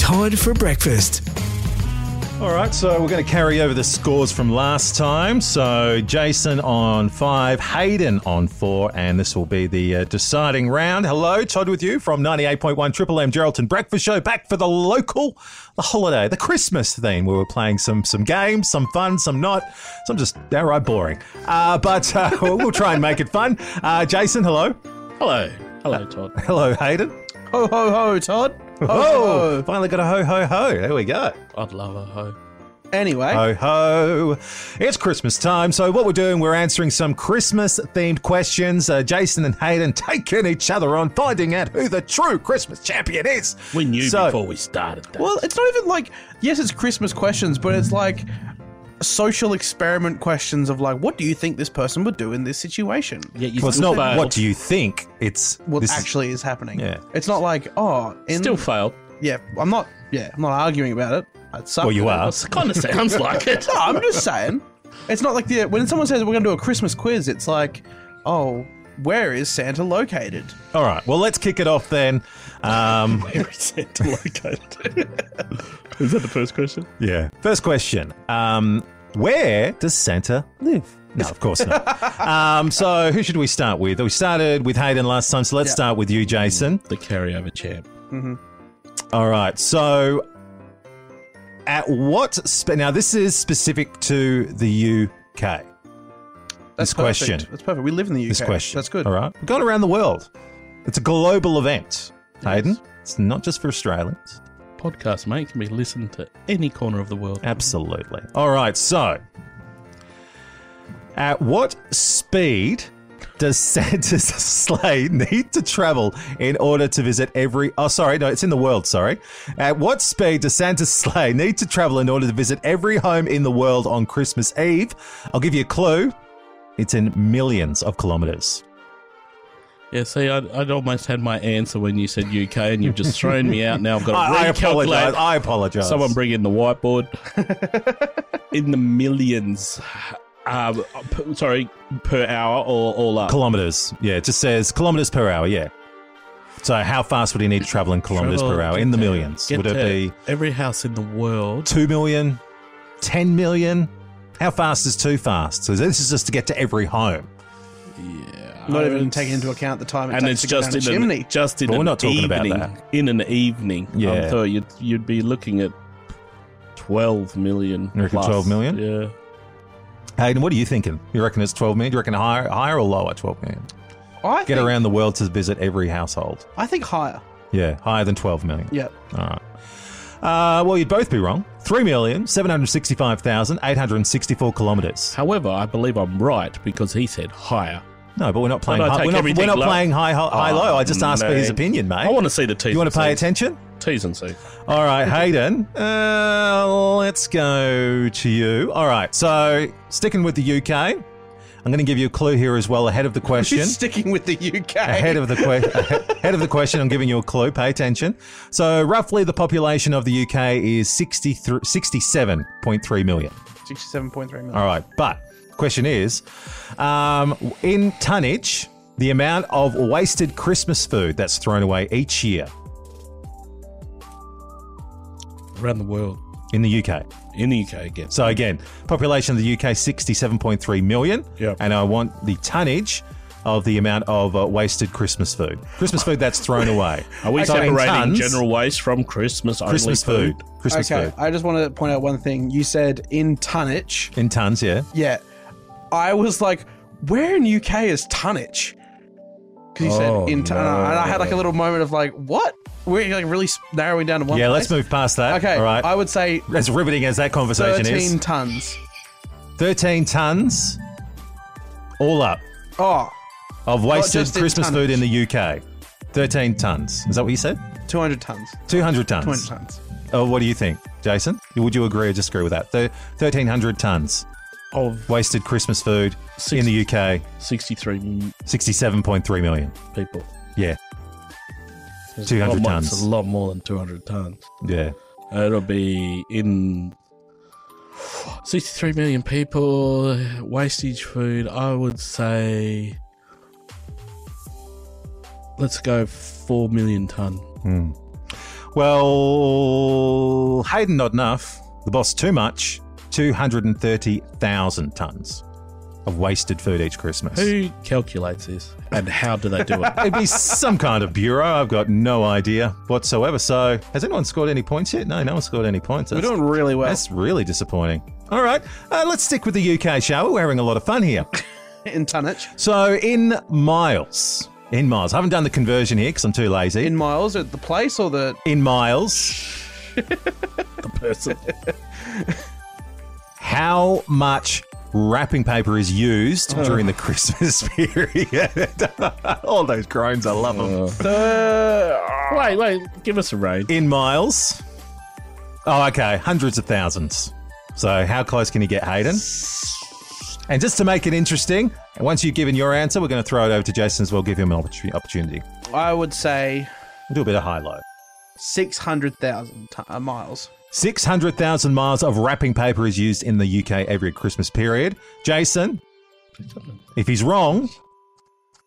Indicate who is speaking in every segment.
Speaker 1: Hyde for breakfast.
Speaker 2: All right, so we're going to carry over the scores from last time. So Jason on five, Hayden on four, and this will be the uh, deciding round. Hello, Todd with you from 98.1 Triple M Geraldton Breakfast Show, back for the local, the holiday, the Christmas theme. We were playing some some games, some fun, some not, some just downright boring. Uh, but uh, we'll try and make it fun. Uh, Jason, hello.
Speaker 3: Hello. Hello, Todd.
Speaker 2: Hello, Hayden.
Speaker 3: Ho, ho, ho, Todd. Ho,
Speaker 2: Oh, finally got a ho, ho, ho. There we go.
Speaker 3: I'd love a ho.
Speaker 4: Anyway,
Speaker 2: Ho ho! It's Christmas time, so what we're doing, we're answering some Christmas-themed questions. Uh, Jason and Hayden taking each other on, finding out who the true Christmas champion is.
Speaker 3: We knew
Speaker 2: So-
Speaker 3: before we started that.
Speaker 4: well, it's not even like yes, it's Christmas questions, but it's like social experiment questions of like, what do you think this person would do in this situation?
Speaker 3: Yeah, you
Speaker 2: Well, it's
Speaker 3: still
Speaker 2: not
Speaker 3: failed.
Speaker 2: what do you think. It's
Speaker 4: What
Speaker 2: this is-
Speaker 4: actually is happening?
Speaker 2: Yeah.
Speaker 4: It's not like oh, in,
Speaker 3: Still failed.
Speaker 4: yeah, I'm not. Yeah, I'm not arguing about it. I'd suck
Speaker 2: well, you
Speaker 4: at it.
Speaker 2: are.
Speaker 3: It kind of sounds like it.
Speaker 4: No, I'm just saying. It's not like the when someone says we're going to do a Christmas quiz, it's like, oh, where is Santa located?
Speaker 2: All right. Well, let's kick it off then. Um,
Speaker 3: Where is it located? is that the first question?
Speaker 2: Yeah. First question. Um, where does Santa live? No, of course not. um, so, who should we start with? We started with Hayden last time, so let's
Speaker 4: Yeah.
Speaker 2: start with you, Jason.
Speaker 3: The carryover champ.
Speaker 2: All right. So, at what sp- now? This is specific to the UK.
Speaker 4: That's
Speaker 2: This
Speaker 4: perfect.
Speaker 2: question.
Speaker 4: That's perfect. We live in the UK.
Speaker 2: This question.
Speaker 4: That's good.
Speaker 2: All right. We've gone around the world. It's a global event, Hayden. It's not just for Australians.
Speaker 3: Podcast, mate, can be listened to any corner of the world.
Speaker 2: Absolutely. All right. So, at what speed does Santa's sleigh need to travel in order to visit every? Oh, sorry. No, it's in the world. Sorry. At what speed does Santa's sleigh need to travel in order to visit every home in the world on Christmas Eve? I'll give you a clue. It's in millions of kilometers.
Speaker 3: Yeah, see, I'd, I'd almost had my answer when you said UK, and you've just thrown me out. Now I've got to
Speaker 2: I, I
Speaker 3: recalculate.
Speaker 2: apologize. I apologize.
Speaker 3: Someone bring in the whiteboard. in the millions. Um, p- sorry, per hour or all up.
Speaker 2: kilometers. Yeah, it just says kilometers per hour. Yeah. So how fast would he need to travel in kilometers
Speaker 3: Travel,
Speaker 2: per hour? In the
Speaker 3: get to-
Speaker 2: millions.
Speaker 3: get
Speaker 2: Would it
Speaker 3: to
Speaker 2: be?
Speaker 3: every house in the world?
Speaker 2: 2 million, 10 million. How fast is too fast? So this is just to get to every home.
Speaker 3: Yeah,
Speaker 4: Not even taking into account the time it
Speaker 3: And
Speaker 4: takes
Speaker 3: it's
Speaker 4: to get
Speaker 3: just
Speaker 4: down a
Speaker 3: in
Speaker 4: chimney.
Speaker 3: an, just in
Speaker 2: But we're
Speaker 3: an
Speaker 2: not talking about
Speaker 3: evening.
Speaker 2: that.
Speaker 3: In an evening, um,
Speaker 2: Yeah.
Speaker 3: so you'd you'd be looking at twelve million.
Speaker 2: You reckon
Speaker 3: plus.
Speaker 2: 12 million?
Speaker 3: Yeah,
Speaker 2: Hayden, what are you thinking? You reckon it's 12 million? Do you reckon higher, higher or lower? 12 million.
Speaker 4: I
Speaker 2: Get
Speaker 4: think,
Speaker 2: around the world to visit every household.
Speaker 4: I think higher.
Speaker 2: Yeah, higher than 12 million.
Speaker 4: Yeah.
Speaker 2: All right. Uh, well, you'd both be wrong. 3,765,864 kilometres.
Speaker 3: However, I believe I'm right because he said higher.
Speaker 2: No, but we're not playing
Speaker 3: I
Speaker 2: high.
Speaker 3: take
Speaker 2: We're not, we're
Speaker 3: everything
Speaker 2: not
Speaker 3: low. Ah,
Speaker 2: playing high, high, high low. I just asked for his
Speaker 3: man.
Speaker 2: opinion, mate.
Speaker 3: I want to see the T's.
Speaker 2: you want
Speaker 3: and
Speaker 2: to pay
Speaker 3: C's.
Speaker 2: attention?
Speaker 3: T's and C's.
Speaker 2: All right, Hayden. Uh, let's go to you. All right, so sticking with the UK, I'm going to give you a clue here as well ahead of the question.
Speaker 4: She's sticking with the UK.
Speaker 2: Ahead of the que- ahead of the question, I'm giving you a clue. Pay attention. So, roughly, the population of the UK is 63 67.3 million.
Speaker 4: 67.3 million.
Speaker 2: All right, but question is, um, in tonnage, the amount of wasted Christmas food that's thrown away each year
Speaker 3: Around the world,
Speaker 2: in the UK.
Speaker 3: in the UK again.
Speaker 2: So again, population of the UK 67.3 million,
Speaker 3: Yep.
Speaker 2: and I want the tonnage of the amount of uh, wasted Christmas food. Christmas food that's thrown away.
Speaker 3: Are we
Speaker 2: So in
Speaker 3: separating
Speaker 2: tons,
Speaker 3: general waste from Christmas only
Speaker 2: Christmas food?
Speaker 3: food?
Speaker 2: Christmas
Speaker 4: okay,
Speaker 2: food
Speaker 4: I just want to point out one thing. You said in tonnage.
Speaker 2: in tons, yeah.
Speaker 4: Yeah. I was like, where in UK is tonnage? Because you
Speaker 3: Oh,
Speaker 4: said in ton-
Speaker 3: no.
Speaker 4: and I had like a little moment of like, what? We're like really s- narrowing down to one.
Speaker 2: Yeah, let's
Speaker 4: place?
Speaker 2: move past that.
Speaker 4: Okay,
Speaker 2: all right.
Speaker 4: I would say
Speaker 2: as riveting as that conversation
Speaker 4: 13
Speaker 2: is,
Speaker 4: tons.
Speaker 2: 13 tons, all up
Speaker 4: Oh,
Speaker 2: of wasted
Speaker 4: just in
Speaker 2: Christmas
Speaker 4: tonnage.
Speaker 2: food in the UK. 13 tons. Is that what you said?
Speaker 4: 200 tons.
Speaker 2: 200 tons.
Speaker 4: 200 tons.
Speaker 2: Oh, what do you think, Jason? Would you agree or disagree with that? Thir- 1,300 tons.
Speaker 3: Of
Speaker 2: wasted Christmas food
Speaker 3: Six-
Speaker 2: in the UK,
Speaker 3: 63 million
Speaker 2: 67.3 million.
Speaker 3: people.
Speaker 2: Yeah,
Speaker 3: There's
Speaker 2: 200
Speaker 3: a lot more-
Speaker 2: tons.
Speaker 3: It's a lot more than 200 tons.
Speaker 2: yeah.
Speaker 3: It'll be in 63 million people, wastage food. I would say, let's go 4 million ton.
Speaker 2: Well, Hayden not enough. The boss too much. Two hundred and thirty thousand tons of wasted food each Christmas.
Speaker 3: Who calculates this and how do they do it?
Speaker 2: It'd be some kind of bureau. I've got no idea whatsoever. So, has anyone scored any points yet? No, no one scored any points.
Speaker 4: We're
Speaker 2: That's-
Speaker 4: doing really well.
Speaker 2: that's really disappointing. All right, uh, let's stick with the UK, shall we? We're having a lot of fun here.
Speaker 4: in tonnage.
Speaker 2: So in miles, in miles, I haven't done the conversion here because I'm too lazy.
Speaker 4: In
Speaker 2: In,
Speaker 4: miles at the place or the
Speaker 2: miles,
Speaker 3: The person.
Speaker 2: how much wrapping paper is used during the Christmas period? All those groans, I love them.
Speaker 4: the
Speaker 3: Wait, wait, give us a range.
Speaker 2: In miles, oh okay, hundreds of thousands. So how close can you get, Hayden? And just to make it interesting, once you've given your answer, we're going to throw it over to Jason as well. Give him an opportu- opportunity.
Speaker 4: I would say
Speaker 2: We'll do a bit of high low.
Speaker 4: six hundred thousand t- uh, miles.
Speaker 2: 600,000 miles of wrapping paper is used in the UK every Christmas period. Jason, if he's wrong,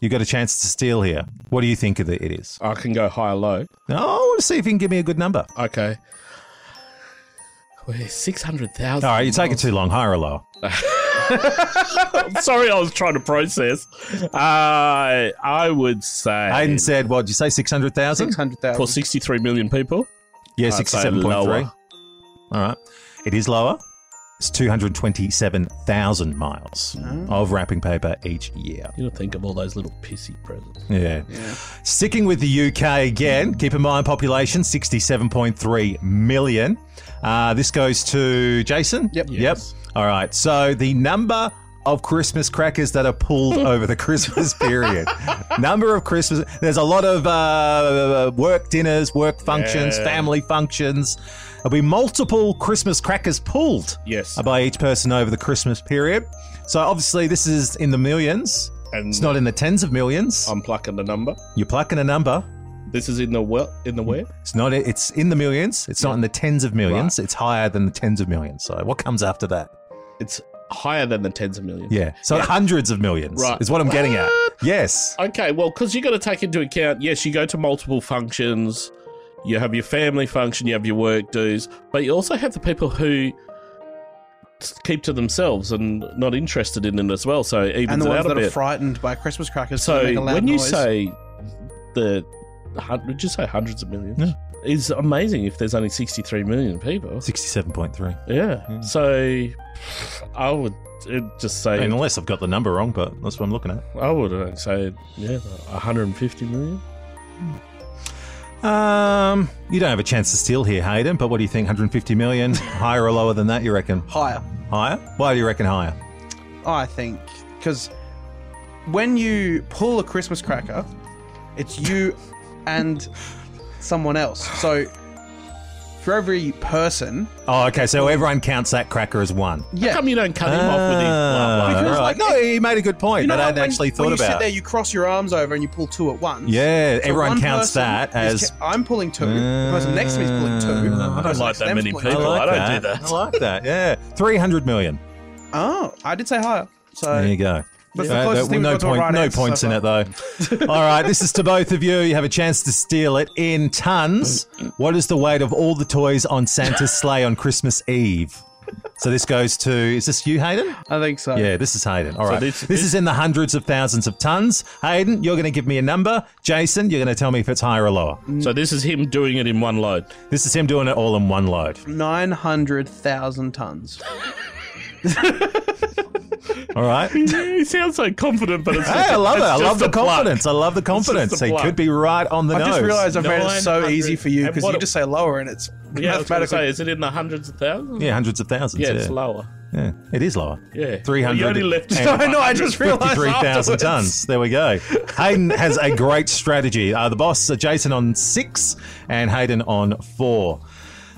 Speaker 2: you got a chance to steal here. What do you think of it it is?
Speaker 3: I can go high or low.
Speaker 2: Oh, I want to see if you can give me a good number.
Speaker 3: Okay. Wait, 600,000.
Speaker 2: All right, you're taking too long. Higher or lower?
Speaker 3: Sorry, I was trying to process. Uh, I would say.
Speaker 2: Hayden said, what did you say, 600,000?
Speaker 3: Hmm.
Speaker 4: Six hundred
Speaker 3: For
Speaker 4: thousand.
Speaker 3: 63 million people?
Speaker 2: Yeah,
Speaker 3: I'd say
Speaker 2: 67.3.
Speaker 3: lower.
Speaker 2: All right. It is lower. It's 227,000 miles
Speaker 3: Mm.
Speaker 2: of wrapping paper each year.
Speaker 3: You don't think of all those little pissy presents.
Speaker 2: Yeah. Sticking with the UK again, keep in mind population 67.3 million. Uh, this goes to Jason.
Speaker 4: Yep.
Speaker 3: Yes.
Speaker 2: Yep. All right. So the number of Christmas crackers that are pulled over the Christmas period. number of Christmas. There's a lot of uh, work dinners, work functions,
Speaker 3: Yeah.
Speaker 2: family functions. There'll be multiple Christmas crackers pulled
Speaker 3: Yes.
Speaker 2: by each person over the Christmas period. So obviously, this is in the millions.
Speaker 3: And
Speaker 2: It's not in the tens of millions.
Speaker 3: I'm plucking the number.
Speaker 2: You're plucking a number.
Speaker 3: This is in the well, in the where?
Speaker 2: It's not. It's in the millions. It's not in the tens of millions. It's higher than the tens of millions. So what comes after that?
Speaker 3: It's higher than the tens of millions.
Speaker 2: Yeah. So hundreds of millions.
Speaker 3: Right.
Speaker 2: Is what I'm getting at. Yes.
Speaker 3: Okay, well, because you got to take into account, yes, you go to multiple functions, you have your family function, you have your work dues, but you also have the people who s- keep to themselves and not interested in it as well. So it
Speaker 4: And
Speaker 3: evens
Speaker 4: the
Speaker 3: it
Speaker 4: ones
Speaker 3: out a
Speaker 4: that are
Speaker 3: bit.
Speaker 4: frightened by Christmas crackers. so they
Speaker 3: so
Speaker 4: make a loud
Speaker 3: when you
Speaker 4: noise.
Speaker 3: say the, hun- would you say hundreds of millions?
Speaker 2: Yeah.
Speaker 3: Is amazing if there's only 63 million people.
Speaker 2: Sixty-seven point three.
Speaker 3: Yeah.
Speaker 2: Yeah.
Speaker 3: So I would uh, just
Speaker 2: I
Speaker 3: say
Speaker 2: mean, unless I've got the number wrong, but that's what I'm looking at.
Speaker 3: I would uh, say yeah, 150 million.
Speaker 2: Um, you don't have a chance to steal here, Hayden. But what do you think? 150 million, higher or lower than that? You reckon?
Speaker 4: higher,
Speaker 2: Higher? Why do you reckon higher?
Speaker 4: I think, because when you pull a Christmas cracker, it's you and someone else. So for every person,
Speaker 2: Oh, okay. So everyone counts that cracker as one.
Speaker 4: yeah.
Speaker 3: How come you don't cut him off with his blah, blah,
Speaker 2: Ah,
Speaker 3: blah?
Speaker 4: Because,
Speaker 2: right.
Speaker 4: like,
Speaker 2: no, he made a good point
Speaker 4: You know
Speaker 2: that I
Speaker 4: how
Speaker 2: hadn't
Speaker 4: when-
Speaker 2: actually
Speaker 4: when
Speaker 2: thought
Speaker 4: you
Speaker 2: about.
Speaker 4: sit there, you cross your arms over and you pull two at once.
Speaker 2: yeah,
Speaker 4: So
Speaker 2: everyone
Speaker 4: one
Speaker 2: counts
Speaker 4: person
Speaker 2: that
Speaker 4: is
Speaker 2: as
Speaker 4: ca- I'm pulling two. the person next to me is pulling two.
Speaker 2: Uh, I
Speaker 4: the
Speaker 2: don't
Speaker 4: person
Speaker 3: like
Speaker 4: next to
Speaker 3: that
Speaker 4: them's
Speaker 3: many
Speaker 4: pulling
Speaker 3: people.
Speaker 4: two.
Speaker 3: I don't do that.
Speaker 2: I like that. Yeah, three hundred million.
Speaker 4: Oh, I did say higher. So
Speaker 2: There you go. Uh,
Speaker 4: That's the closest thing we've
Speaker 2: no
Speaker 4: got to a
Speaker 2: point,
Speaker 4: right
Speaker 2: no
Speaker 4: answer so
Speaker 2: points in
Speaker 4: far.
Speaker 2: it though. all right, this is to both of you. You have a chance to steal it in tons. What is the weight of all the toys on Santa's sleigh on Christmas Eve? So this goes to is this you, Hayden?
Speaker 4: I think so.
Speaker 2: Yeah, this is Hayden. All right,
Speaker 3: this-
Speaker 2: this is in the hundreds of thousands of tons. Hayden, you're going to give me a number. Jason, you're going to tell me if it's higher or lower.
Speaker 3: So this is him doing it in one load.
Speaker 2: This is him doing it all in one load.
Speaker 4: Nine hundred thousand tons.
Speaker 2: All right.
Speaker 3: he sounds so confident, but it's
Speaker 2: Hey, I love it. I love the confidence. I love the confidence.
Speaker 3: just a
Speaker 2: He
Speaker 3: plug.
Speaker 2: could be right on the
Speaker 4: I
Speaker 2: nose.
Speaker 4: just realised I've made it so
Speaker 3: 900
Speaker 4: easy for you
Speaker 3: and
Speaker 4: because
Speaker 3: what
Speaker 4: you
Speaker 3: it-
Speaker 4: just say lower and it's
Speaker 3: Yeah, I was gonna
Speaker 4: mathematically.
Speaker 3: say, is it in the hundreds of thousands?
Speaker 2: yeah, hundreds of thousands.
Speaker 3: Yeah,
Speaker 2: Yeah,
Speaker 3: it's lower.
Speaker 2: Yeah, it is lower.
Speaker 3: Yeah.
Speaker 2: three
Speaker 3: You
Speaker 2: hundred.
Speaker 3: only left.
Speaker 4: No, no, I just realised
Speaker 2: Fifty-three thousand
Speaker 4: afterwards.
Speaker 2: tons. There we go. Hayden has a great strategy. Uh, the boss, uh, Jason, on six, and Hayden on four.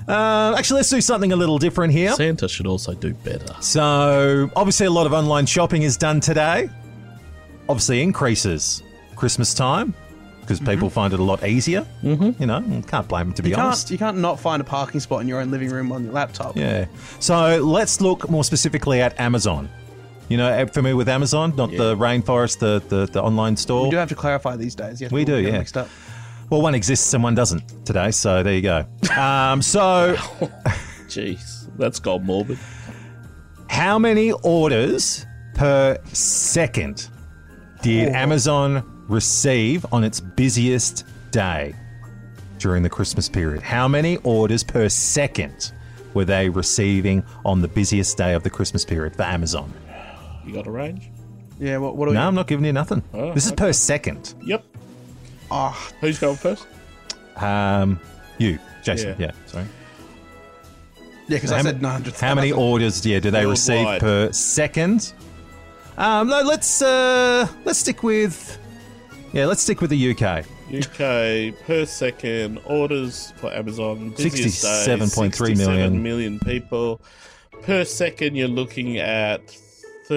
Speaker 2: Uh, actually, let's do something a little different here.
Speaker 3: Santa should also do better.
Speaker 2: So, obviously, a lot of online shopping is done today. Obviously, increases Christmas time because people find it a lot easier. Mm-hmm. You know, can't blame them to be
Speaker 4: You
Speaker 2: honest.
Speaker 4: can't, you can't not find a parking spot in your own living room on your laptop.
Speaker 2: Yeah. So let's look more specifically at Amazon. You know, eh, familiar with Amazon, not the rainforest, the, the the online store.
Speaker 4: We do have to clarify these days. Yes,
Speaker 2: We
Speaker 4: people
Speaker 2: do,
Speaker 4: get
Speaker 2: yeah.
Speaker 4: Mixed up.
Speaker 2: Well, one exists and one doesn't today, so there you go. Um, so,
Speaker 3: Jeez, that's gone morbid.
Speaker 2: how many orders per second did Amazon receive on its busiest day during the Christmas period? How many orders per second were they receiving on the busiest day of the Christmas period for Amazon?
Speaker 3: You got a range?
Speaker 4: Yeah, what, what do
Speaker 2: No,
Speaker 4: we.
Speaker 2: I'm not giving you nothing.
Speaker 3: Oh,
Speaker 2: this is per second.
Speaker 3: Yep.
Speaker 4: Ah,
Speaker 3: Who's going first?
Speaker 2: Um, you, Jason.
Speaker 3: Yeah.
Speaker 2: Yeah, sorry.
Speaker 4: yeah, because
Speaker 2: How
Speaker 4: I
Speaker 2: ma-
Speaker 4: said 900.
Speaker 2: How many orders, yeah, do they receive
Speaker 3: Worldwide.
Speaker 2: per second? Um, no, let's uh, let's stick with yeah, let's stick with the UK.
Speaker 3: UK per second orders for Amazon. busiest day,
Speaker 2: 67.3
Speaker 3: 67
Speaker 2: million.
Speaker 3: million people. Per second, you're looking at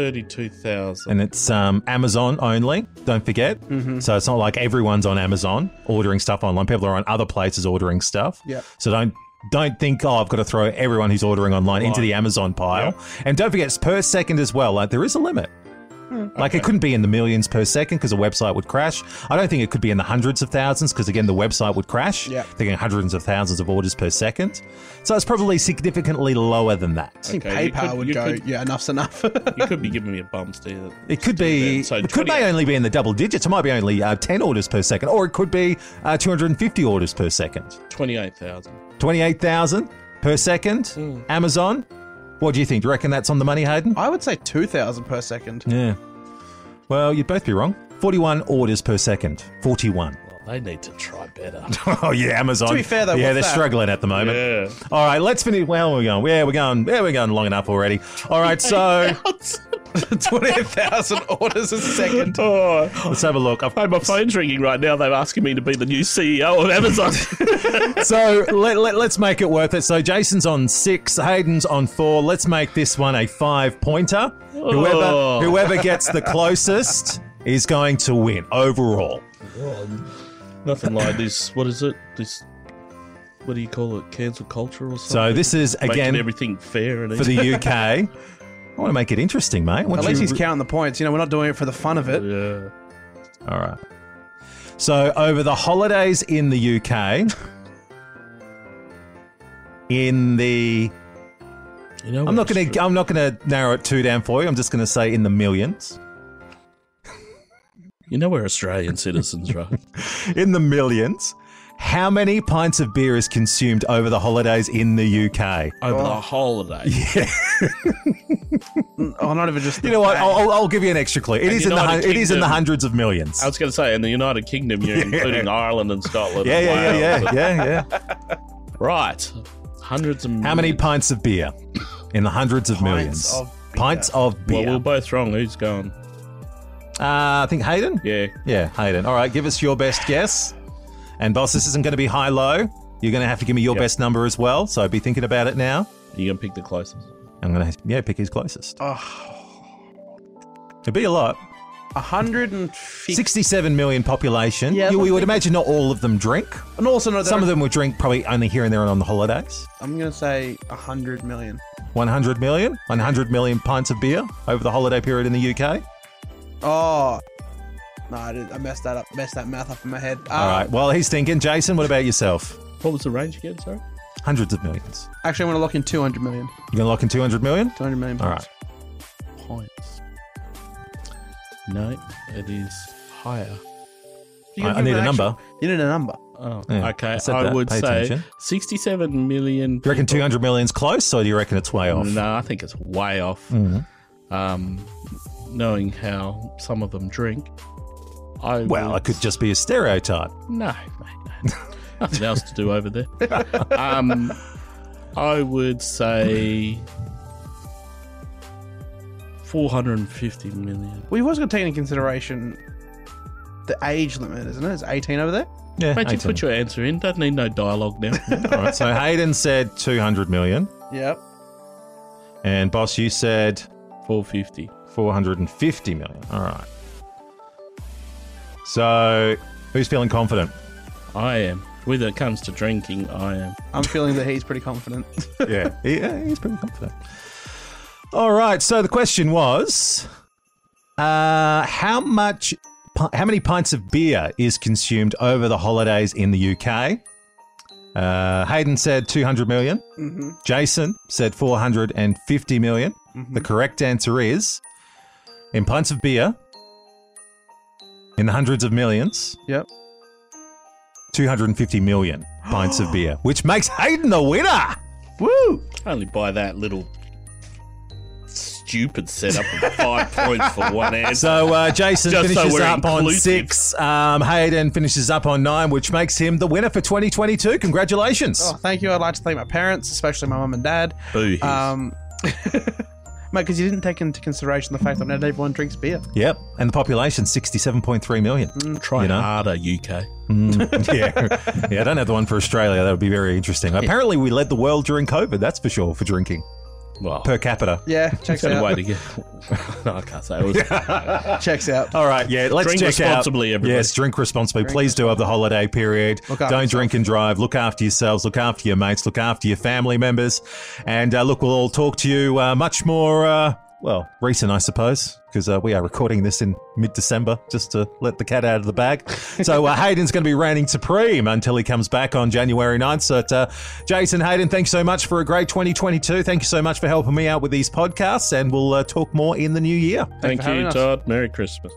Speaker 3: 32,000.
Speaker 2: And it's um, Amazon only. Don't forget. So it's not like everyone's on Amazon ordering stuff online. People are on other places ordering stuff.
Speaker 4: Yep.
Speaker 2: So don't don't think oh I've got to throw everyone who's ordering online into the Amazon pile. And don't forget it's per second as well. Like there is a limit. Like it couldn't be in the millions per second because a website would crash. I don't think it could be in the hundreds of thousands because again the website would crash.
Speaker 4: Yeah.
Speaker 2: Thinking hundreds of thousands of orders per second. So it's probably significantly lower than that.
Speaker 4: I think
Speaker 3: Okay, you
Speaker 4: PayPal
Speaker 3: could-
Speaker 4: would
Speaker 3: you
Speaker 4: go,
Speaker 3: could-
Speaker 4: yeah, enough's enough.
Speaker 3: you could be giving me a bum steer.
Speaker 2: It could be.
Speaker 3: So
Speaker 2: it could
Speaker 3: 28
Speaker 2: may only be in the double digits. It might be only uh, ten orders per second, or it could be uh, two hundred and fifty orders per second.
Speaker 3: 28,000.
Speaker 2: Twenty-eight thousand per second.
Speaker 4: Hmm.
Speaker 2: Amazon. What do you think? Do you reckon that's on the money, Hayden?
Speaker 4: I would say 2,000 per second.
Speaker 2: yeah. Well, you'd both be wrong. Forty-one orders per second. Forty-one.
Speaker 3: Well, Oh, they need to try better.
Speaker 2: oh yeah, Amazon.
Speaker 4: To be fair, though,
Speaker 2: yeah,
Speaker 4: what's
Speaker 2: they're
Speaker 4: that?
Speaker 2: struggling at the moment.
Speaker 3: yeah.
Speaker 2: All right, let's finish. Well, we're going. Yeah, we're going. Yeah, we're going long enough already. All right, so
Speaker 4: 28,000 orders a second.
Speaker 3: Oh,
Speaker 2: let's have a look. I've
Speaker 3: hey, my phone's ringing right now. They're asking me to be the new CEO of Amazon.
Speaker 2: so let, let, us make it worth it. So Jason's on six, Hayden's on four. Let's make this one a five pointer. Whoever
Speaker 3: Oh.
Speaker 2: whoever gets the closest is going to win overall.
Speaker 3: Nothing like this. What is it? This. What do you call it? Cancel culture or something?
Speaker 2: So this is
Speaker 3: Making
Speaker 2: again
Speaker 3: everything fair and
Speaker 2: for
Speaker 3: easy.
Speaker 2: the UK. I want to make it interesting, mate. Why don't
Speaker 4: At least
Speaker 2: you-
Speaker 4: he's counting the points. You know, we're not doing it for the fun of it.
Speaker 3: Yeah.
Speaker 2: All right. So over the holidays in the UK, in the
Speaker 3: You know
Speaker 2: I'm not going to I'm not going to narrow it too down for you. I'm just going to say in the millions.
Speaker 3: You know we're Australian citizens, right?
Speaker 2: in the millions. How many pints of beer is consumed over the holidays in the UK?
Speaker 3: Over the holiday.
Speaker 4: Oh, not even just.
Speaker 2: You know what? I'll, I'll- I'll give you an extra clue. It is in the hun-
Speaker 3: United
Speaker 2: it is in the
Speaker 3: Kingdom.
Speaker 2: hundreds of millions.
Speaker 3: I was going to say in the United Kingdom, you're including Ireland and Scotland.
Speaker 2: Yeah,
Speaker 3: and
Speaker 2: yeah, yeah,
Speaker 3: Wales.
Speaker 2: yeah, yeah, yeah.
Speaker 3: Right. Hundreds of
Speaker 2: How many
Speaker 3: millions.
Speaker 2: pints of beer in the hundreds of millions?
Speaker 4: of
Speaker 2: pints of
Speaker 3: Well,
Speaker 2: beer.
Speaker 3: we're both wrong. Who's going?
Speaker 2: uh, I think Hayden.
Speaker 3: Yeah.
Speaker 2: Yeah, Hayden. All right, give us your best guess. And boss, this isn't going to be high low. You're going to have to give me your
Speaker 3: Yep.
Speaker 2: best number as well. So be thinking about it now.
Speaker 3: You can pick the closest.
Speaker 2: I'm going to yeah pick his closest.
Speaker 4: Oh,
Speaker 2: It'd be a lot.
Speaker 4: 150.
Speaker 2: 67 million population.
Speaker 4: Yeah,
Speaker 2: you,
Speaker 4: but
Speaker 2: you would imagine not all of them drink.
Speaker 4: And also, no,
Speaker 2: Some of
Speaker 4: the.
Speaker 2: them would drink probably only here and there and on the holidays.
Speaker 4: I'm going to say 100 million.
Speaker 2: 100 million? 100 million pints of beer over the holiday period in the UK?
Speaker 4: Oh. No, I, did, I messed that up. Messed that math up in my head. Uh,
Speaker 3: Ah.
Speaker 2: All right. Well, he's thinking. Jason, what about yourself?
Speaker 3: What was the range again? Sorry.
Speaker 2: Hundreds of millions.
Speaker 4: Uh, Actually, I want to lock in 200 million.
Speaker 2: You going to lock in 200 million?
Speaker 4: 200 million.
Speaker 2: All
Speaker 4: points.
Speaker 2: right.
Speaker 3: Points. No, it is higher.
Speaker 4: You
Speaker 2: I,
Speaker 4: gotta
Speaker 2: I
Speaker 4: give
Speaker 2: need
Speaker 4: it
Speaker 2: a
Speaker 4: an
Speaker 2: number.
Speaker 4: actual- You need a number.
Speaker 3: Oh,
Speaker 2: Yeah, I
Speaker 3: okay.
Speaker 2: said
Speaker 3: I,
Speaker 2: that.
Speaker 3: would
Speaker 2: Pay
Speaker 3: say
Speaker 2: attention.
Speaker 3: 67 million.
Speaker 2: Do you reckon 200 million's close or do you reckon it's way off? Mm-hmm.
Speaker 3: No, I think it's way off. Um, knowing how some of them drink, I
Speaker 2: Well, it
Speaker 3: would-
Speaker 2: could just be a stereotype.
Speaker 3: no, mate, no. nothing else to do over there. um, I would say four hundred and fifty million.
Speaker 4: Well, you've also got to take into consideration the age limit, isn't it? It's 18 over there.
Speaker 2: Yeah.
Speaker 3: Mate, you
Speaker 2: 18.
Speaker 3: put your answer in. Don't need no dialogue now.
Speaker 2: All right, so Hayden said 200 million.
Speaker 4: Yep.
Speaker 2: And boss, you said
Speaker 3: four fifty.
Speaker 2: 450 million. All right. So, who's feeling confident?
Speaker 3: I am. When it comes to drinking, I am.
Speaker 4: I'm feeling that he's pretty confident.
Speaker 2: Yeah. yeah, he's pretty confident. All right. So, the question was uh, how much pi- how many pints of beer is consumed over the holidays in the UK? Uh, Hayden said 200 million.
Speaker 4: Mm-hmm.
Speaker 2: Jason said 450 million. The correct answer is in pints of beer, in hundreds of millions,
Speaker 4: Yep.
Speaker 2: 250 million pints of beer, which makes Hayden the winner.
Speaker 4: Woo!
Speaker 3: Only by that little stupid setup of five points for one answer.
Speaker 2: So uh, Jason
Speaker 3: Just so
Speaker 2: finishes
Speaker 3: we're
Speaker 2: up on
Speaker 3: inclusive.
Speaker 2: six. Um, Hayden finishes up on nine, which makes him the winner for 2022. Congratulations.
Speaker 4: Oh, thank you. I'd like to thank my parents, especially my mum and dad.
Speaker 3: Boo. he's-
Speaker 4: Um, mate, because you didn't take into consideration the fact that not everyone drinks beer.
Speaker 2: Yep. And the population, 67.3 million.
Speaker 3: Try
Speaker 2: you know.
Speaker 3: harder, UK.
Speaker 2: Mm, yeah. yeah, I don't have the one for Australia. That would be very interesting. Apparently, we led the world during COVID, that's for sure, for drinking
Speaker 3: Well,
Speaker 2: per capita.
Speaker 4: Yeah, checks
Speaker 3: got a way
Speaker 4: out.
Speaker 3: to get. no, I can't say. It was,
Speaker 4: Checks out.
Speaker 2: All right, yeah, let's
Speaker 3: Drink
Speaker 2: check
Speaker 3: responsibly,
Speaker 2: out.
Speaker 3: everybody.
Speaker 2: Yes, drink responsibly. Please do over the holiday period.
Speaker 4: Look after
Speaker 2: Don't drink and drive. Look after yourselves. Look after your mates. Look after your family members. And uh, look, we'll all talk to you uh, much more, uh, well, recent, I suppose, because uh, we are recording this in mid December, just to let the cat out of the bag. So uh, Hayden's going to be reigning supreme until he comes back on January 9th. So, uh, Jason, Hayden, thanks so much for a great 2022. Thank you so much for helping me out with these podcasts, and we'll uh, talk more in the new year.
Speaker 3: thank
Speaker 4: for having
Speaker 3: you,
Speaker 4: us.
Speaker 3: Todd. Merry Christmas.